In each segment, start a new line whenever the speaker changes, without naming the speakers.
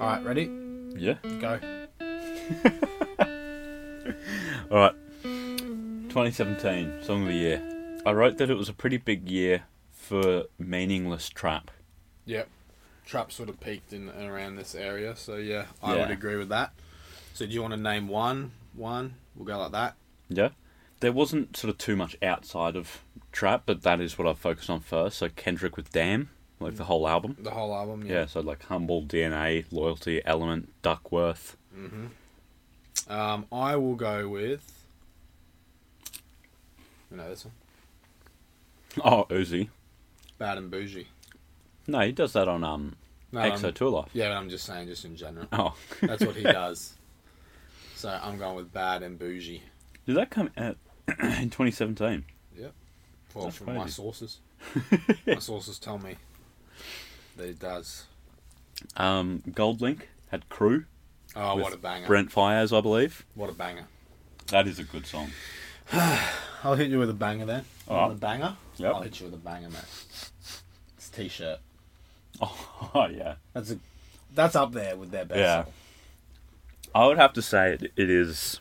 All right, ready?
Yeah.
Go.
All right. 2017 song of the year. I wrote that it was a pretty big year for meaningless trap.
Yep. Trap sort of peaked in and around this area, so yeah, I
Yeah.
would agree with that. So do you want to name one? One? We'll go like that.
Yeah. There wasn't sort of too much outside of trap, but that is what I focused on first. So Kendrick with Damn, like the whole album.
The whole album.
Yeah, so like Humble, DNA, Loyalty, Element, Duckworth.
Um, I will go with. You know this one,
Oh, Uzi.
Bad and Bougie.
No, he does that on um
No, I'm-
Exo Tour Life.
yeah, but I'm just saying, just in general,
Oh.
that's what he does. So I'm going with Bad and Bougie.
Did that come out in 2017?
Well,
That's
from my
crazy.
sources, my sources tell me that it does.
Um, Gold Link had Crew,
Oh,
With
what a banger!
Brent Fires, I believe.
What a banger!
That is a good song.
I'll hit you with a banger then. You want
Alright.
a banger?
Yep.
I'll hit you with a banger, mate. It's t-shirt.
Oh, oh yeah.
That's a, that's up there with their best.
Yeah. I would have to say it, it is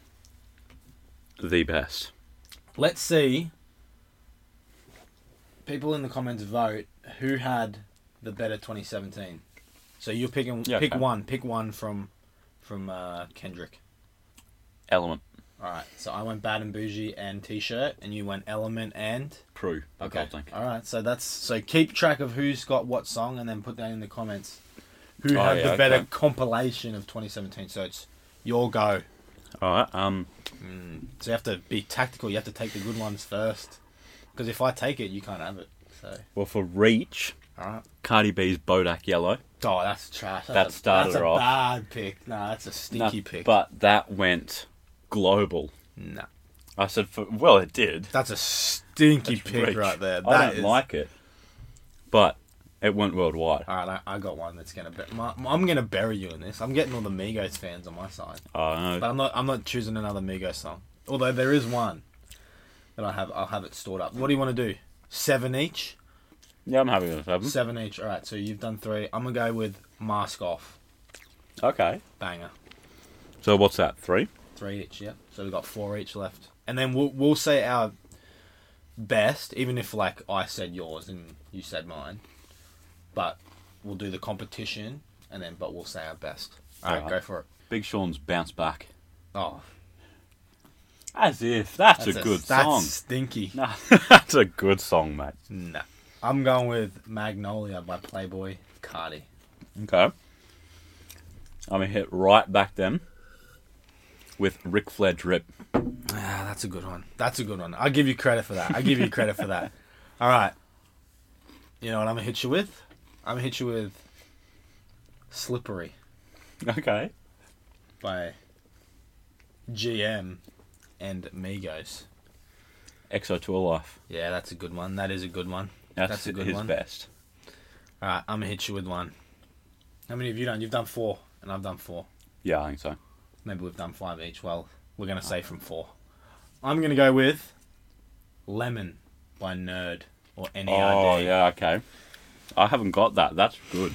the best.
Let's see. People in the comments vote who had the better 2017. So you're picking
Yeah,
pick
okay.
one, pick one from from uh, Kendrick.
Element,
All right. So I went Bad and Bougie and T-shirt, and you went Element and
Crew, by Gold Link.
All right. So that's so keep track of who's got what song, and then put that in the comments. Who
Oh,
had
yeah,
the better
okay.
compilation of 2017? So it's your go. Mm.
All right. Um,
So you have to be tactical. You have to take the good ones first, because if I take it, you can't have it. So
well, for Reach,
all right.
Cardi B's Bodak Yellow.
Oh, that's trash. That's
That
a,
started
that's
her
a
off.
bad pick. Nah, that's a stinky
No,
pick.
But that went global.
nah,
I said, for, well, it did.
that's a stinky
That's
pick
Reach.
right there. That
I don't
is-
like it, but it went worldwide.
All right, I, I got one that's gonna. Be- my, I'm gonna bury you in this. I'm getting all the Migos fans on my side,
I
but
know.
I'm not. I'm not choosing another Migos song. Although there is one that I have. I'll have it stored up. What do you want to do? Seven each.
Yeah, I'm happy with seven.
Seven each. All right. So you've done three. I'm gonna go with Mask Off.
Okay.
Banger.
So what's that? Three.
Three each, yeah. So we've got four each left. And then we'll we'll say our best, even if like I said yours and you said mine. But we'll do the competition and then but we'll say our best. Alright,
Alright.
go for it.
Big Sean's bounce back.
Oh.
As if that's, a, good
that's
song.
stinky.
No, that's a good song, mate.
No. I'm going with Magnolia by Playboy Cardi.
Okay. I'm gonna hit right back then with Ric Flair drip.
Ah, that's a good one. That's a good one. I'll give you credit for that. I'll give you credit for that. All right. You know what I'm going to hit you with? I'm going to hit you with Slippery
Okay.
by GM and Migos.
Exo Tour Life.
Yeah, that's a good one. That is a good one.
That's,
That's a good
his
one.
best.
All right, I'm going to hit you with one. How many have you done? You've done four, and I've done four.
Yeah, I think so.
Maybe we've done five each. Well, we're going to say from four. I'm going to go with Lemon by Nerd or E NERD.
Oh yeah, okay. I haven't got that. That's good.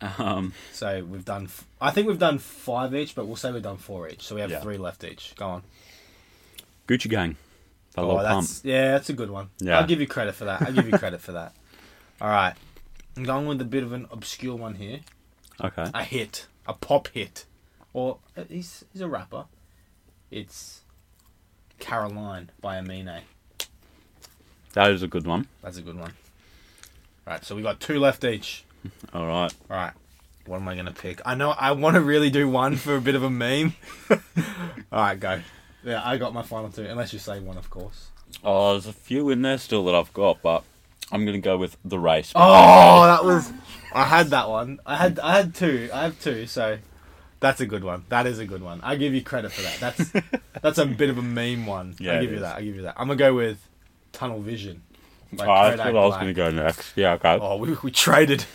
um,
So we've done. F- I think we've done five each, but we'll say we've done four each. So we have
Yeah.
three left each. Go on.
Gucci Gang. The little pump.
Oh, that's yeah, that's a good one.
Yeah.
I'll give you credit for that. I'll give you credit for that. All right, I'm going with a bit of an obscure one here.
Okay.
A hit, a pop hit, or uh, he's he's a rapper. It's Caroline by Amine.
That is a good one.
That's a good one. All right, so we got two left each.
All right.
All right. What am I gonna pick? I know I want to really do one for a bit of a meme. All right, go. Yeah, I got my final two. Unless you say one, of course.
Oh, there's a few in there still that I've got, but I'm gonna go with the race.
Oh, that was. I had that one. I had I had two. I have two. So that's a good one. That is a good one. I give you credit for that. That's that's a bit of a meme one.
Yeah,
I
it
give you
is.
that. I give you that. I'm gonna go with Tunnel Vision. by
Oh, that's
Kodak
what I was
Black.
gonna go next. Yeah. Okay.
Oh, we, we traded.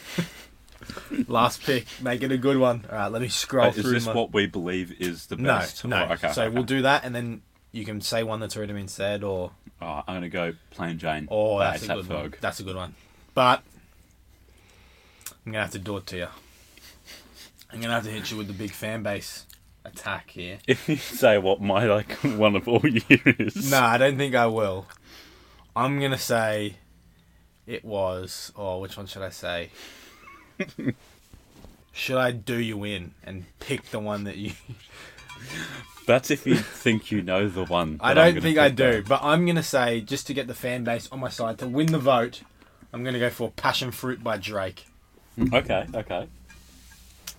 Last pick, make it a good one. All right, let me scroll
Wait, is
through
this
my.
what we believe is the
No,
best?
no.
Oh, okay.
so
okay.
we'll do that, and then you can say one that's already been said, or
Oh, I'm gonna go plain Jane.
oh,
by
that's a
A$AP
good one.
Ferg.
That's a good one. But I'm gonna have to do it to you. I'm gonna have to hit you with the big fan base attack here.
If you say what my like one of all year is,
No, I don't think I will. I'm gonna say it was. Or which one should I say? should I do you in and pick the one that you?
that's if you think you know the one.
I
that I'm
don't
gonna
think I
pick
do,
up.
but I'm gonna say just to get the fan base on my side to win the vote, I'm gonna go for "Passion Fruit" by Drake.
Okay, okay.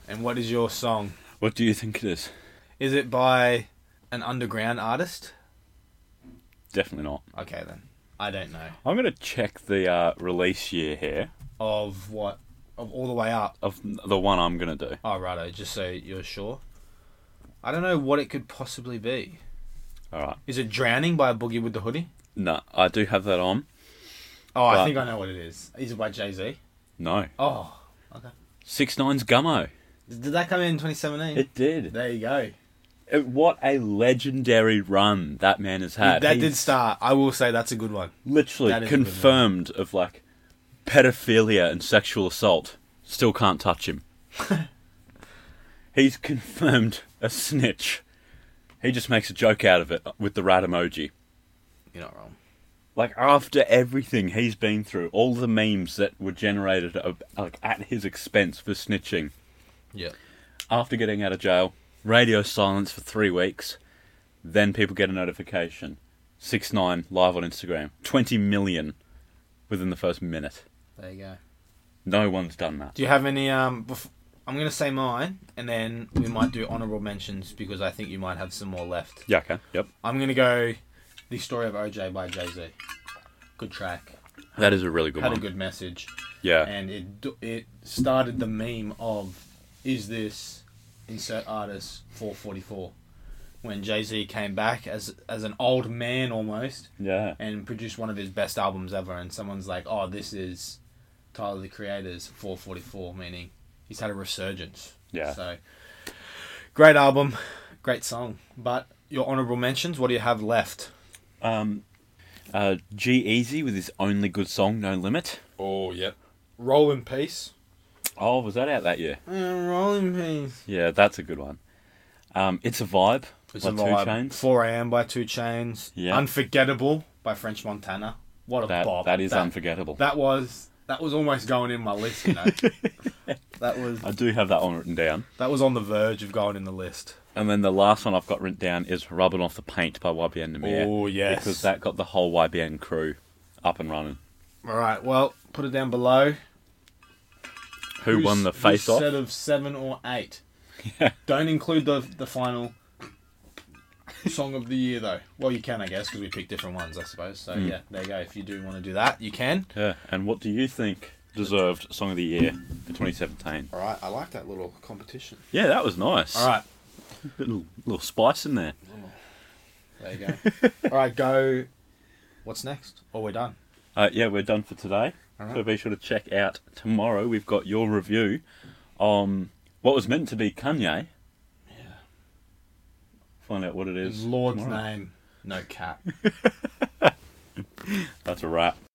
And what is your song?
What do you think it is?
Is it by an underground artist?
Definitely not.
Okay then, I don't know
I'm gonna check the uh, release year here
of what of all the way up.
of the one I'm gonna do.
Oh righto, just so you're sure. I don't know what it could possibly be.
All right.
Is it "Drowning" by Boogie with the Hoodie?
No, I do have that on.
Oh, I
Right.
think I know what it is. Is it by Jay Z?
No,
Oh,
Six Nine's Gummo.
did that come in 2017?
It did.
there you go.
Uh, What a legendary run that man has had.
that
He's
did start. I will say that's a good one. That
literally
is a good
confirmed of like pedophilia and sexual assault. Still can't touch him. He's confirmed a snitch. He just makes a joke out of it with the rat emoji.
You're not wrong.
Like after everything he's been through, all the memes that were generated ab- like at his expense for snitching.
Yeah.
After getting out of jail, radio silence for three weeks, then people get a notification. Six nine live on Instagram. Twenty million within the first minute.
There you go.
No one's done that.
Do you have any? Um, bef- I'm gonna say mine, and then we might do honorable mentions because I think you might have some more left.
Yeah. Okay. Yep.
I'm gonna go. The story of OJ by Jay Z. Good track.
That is a really good
Had a
one.
good message,
yeah.
and it d- it started the meme of is this insert artist 444 when Jay Z came back as as an old man almost
Yeah.
and produced one of his best albums ever and someone's like oh this is tyler the creator's 444 meaning he's had a resurgence
Yeah.
so great album great song but your honorable mentions what do you have left
Um, uh, G Easy with his only good song, No Limit.
oh yep roll in peace
Oh, was that out that year?
Mm, roll in peace
Yeah, that's a good one. Um, it's a vibe.
it's
by
a
Two
vibe.
Chainz.
4 am by two chains
Yeah.
unforgettable by french montana what a
That
bop
that is unforgettable.
that was that was almost going in my list you know that was
I do have that one written down.
that was on the verge of going in the list
And then the last one I've got written down is "Rubbing Off the Paint" by YBN Namir.
Oh, yes.
because that got the whole YBN crew up and running.
All right. Well, put it down below.
Who
Who's-
won the
who's
face off?
Set of seven or eight.
Yeah.
Don't include the the final song of the year though. Well, you can, I guess, because we pick different ones, I suppose. So
Hmm.
yeah, there you go. If you do want to do that, you can.
Yeah. And what do you think deserved song of the year for 2017?
All right. I like that little competition.
Yeah, that was nice.
All right.
little little spice in there.
There you go. All right. Go. What's next? Oh, we're done.
Uh, yeah, we're done for today.
Alright.
So be sure to check out tomorrow. We've got your review on what was meant to be Kanye.
Yeah.
Find out what it is.
Lord's
tomorrow.
name. No cap.
That's a wrap.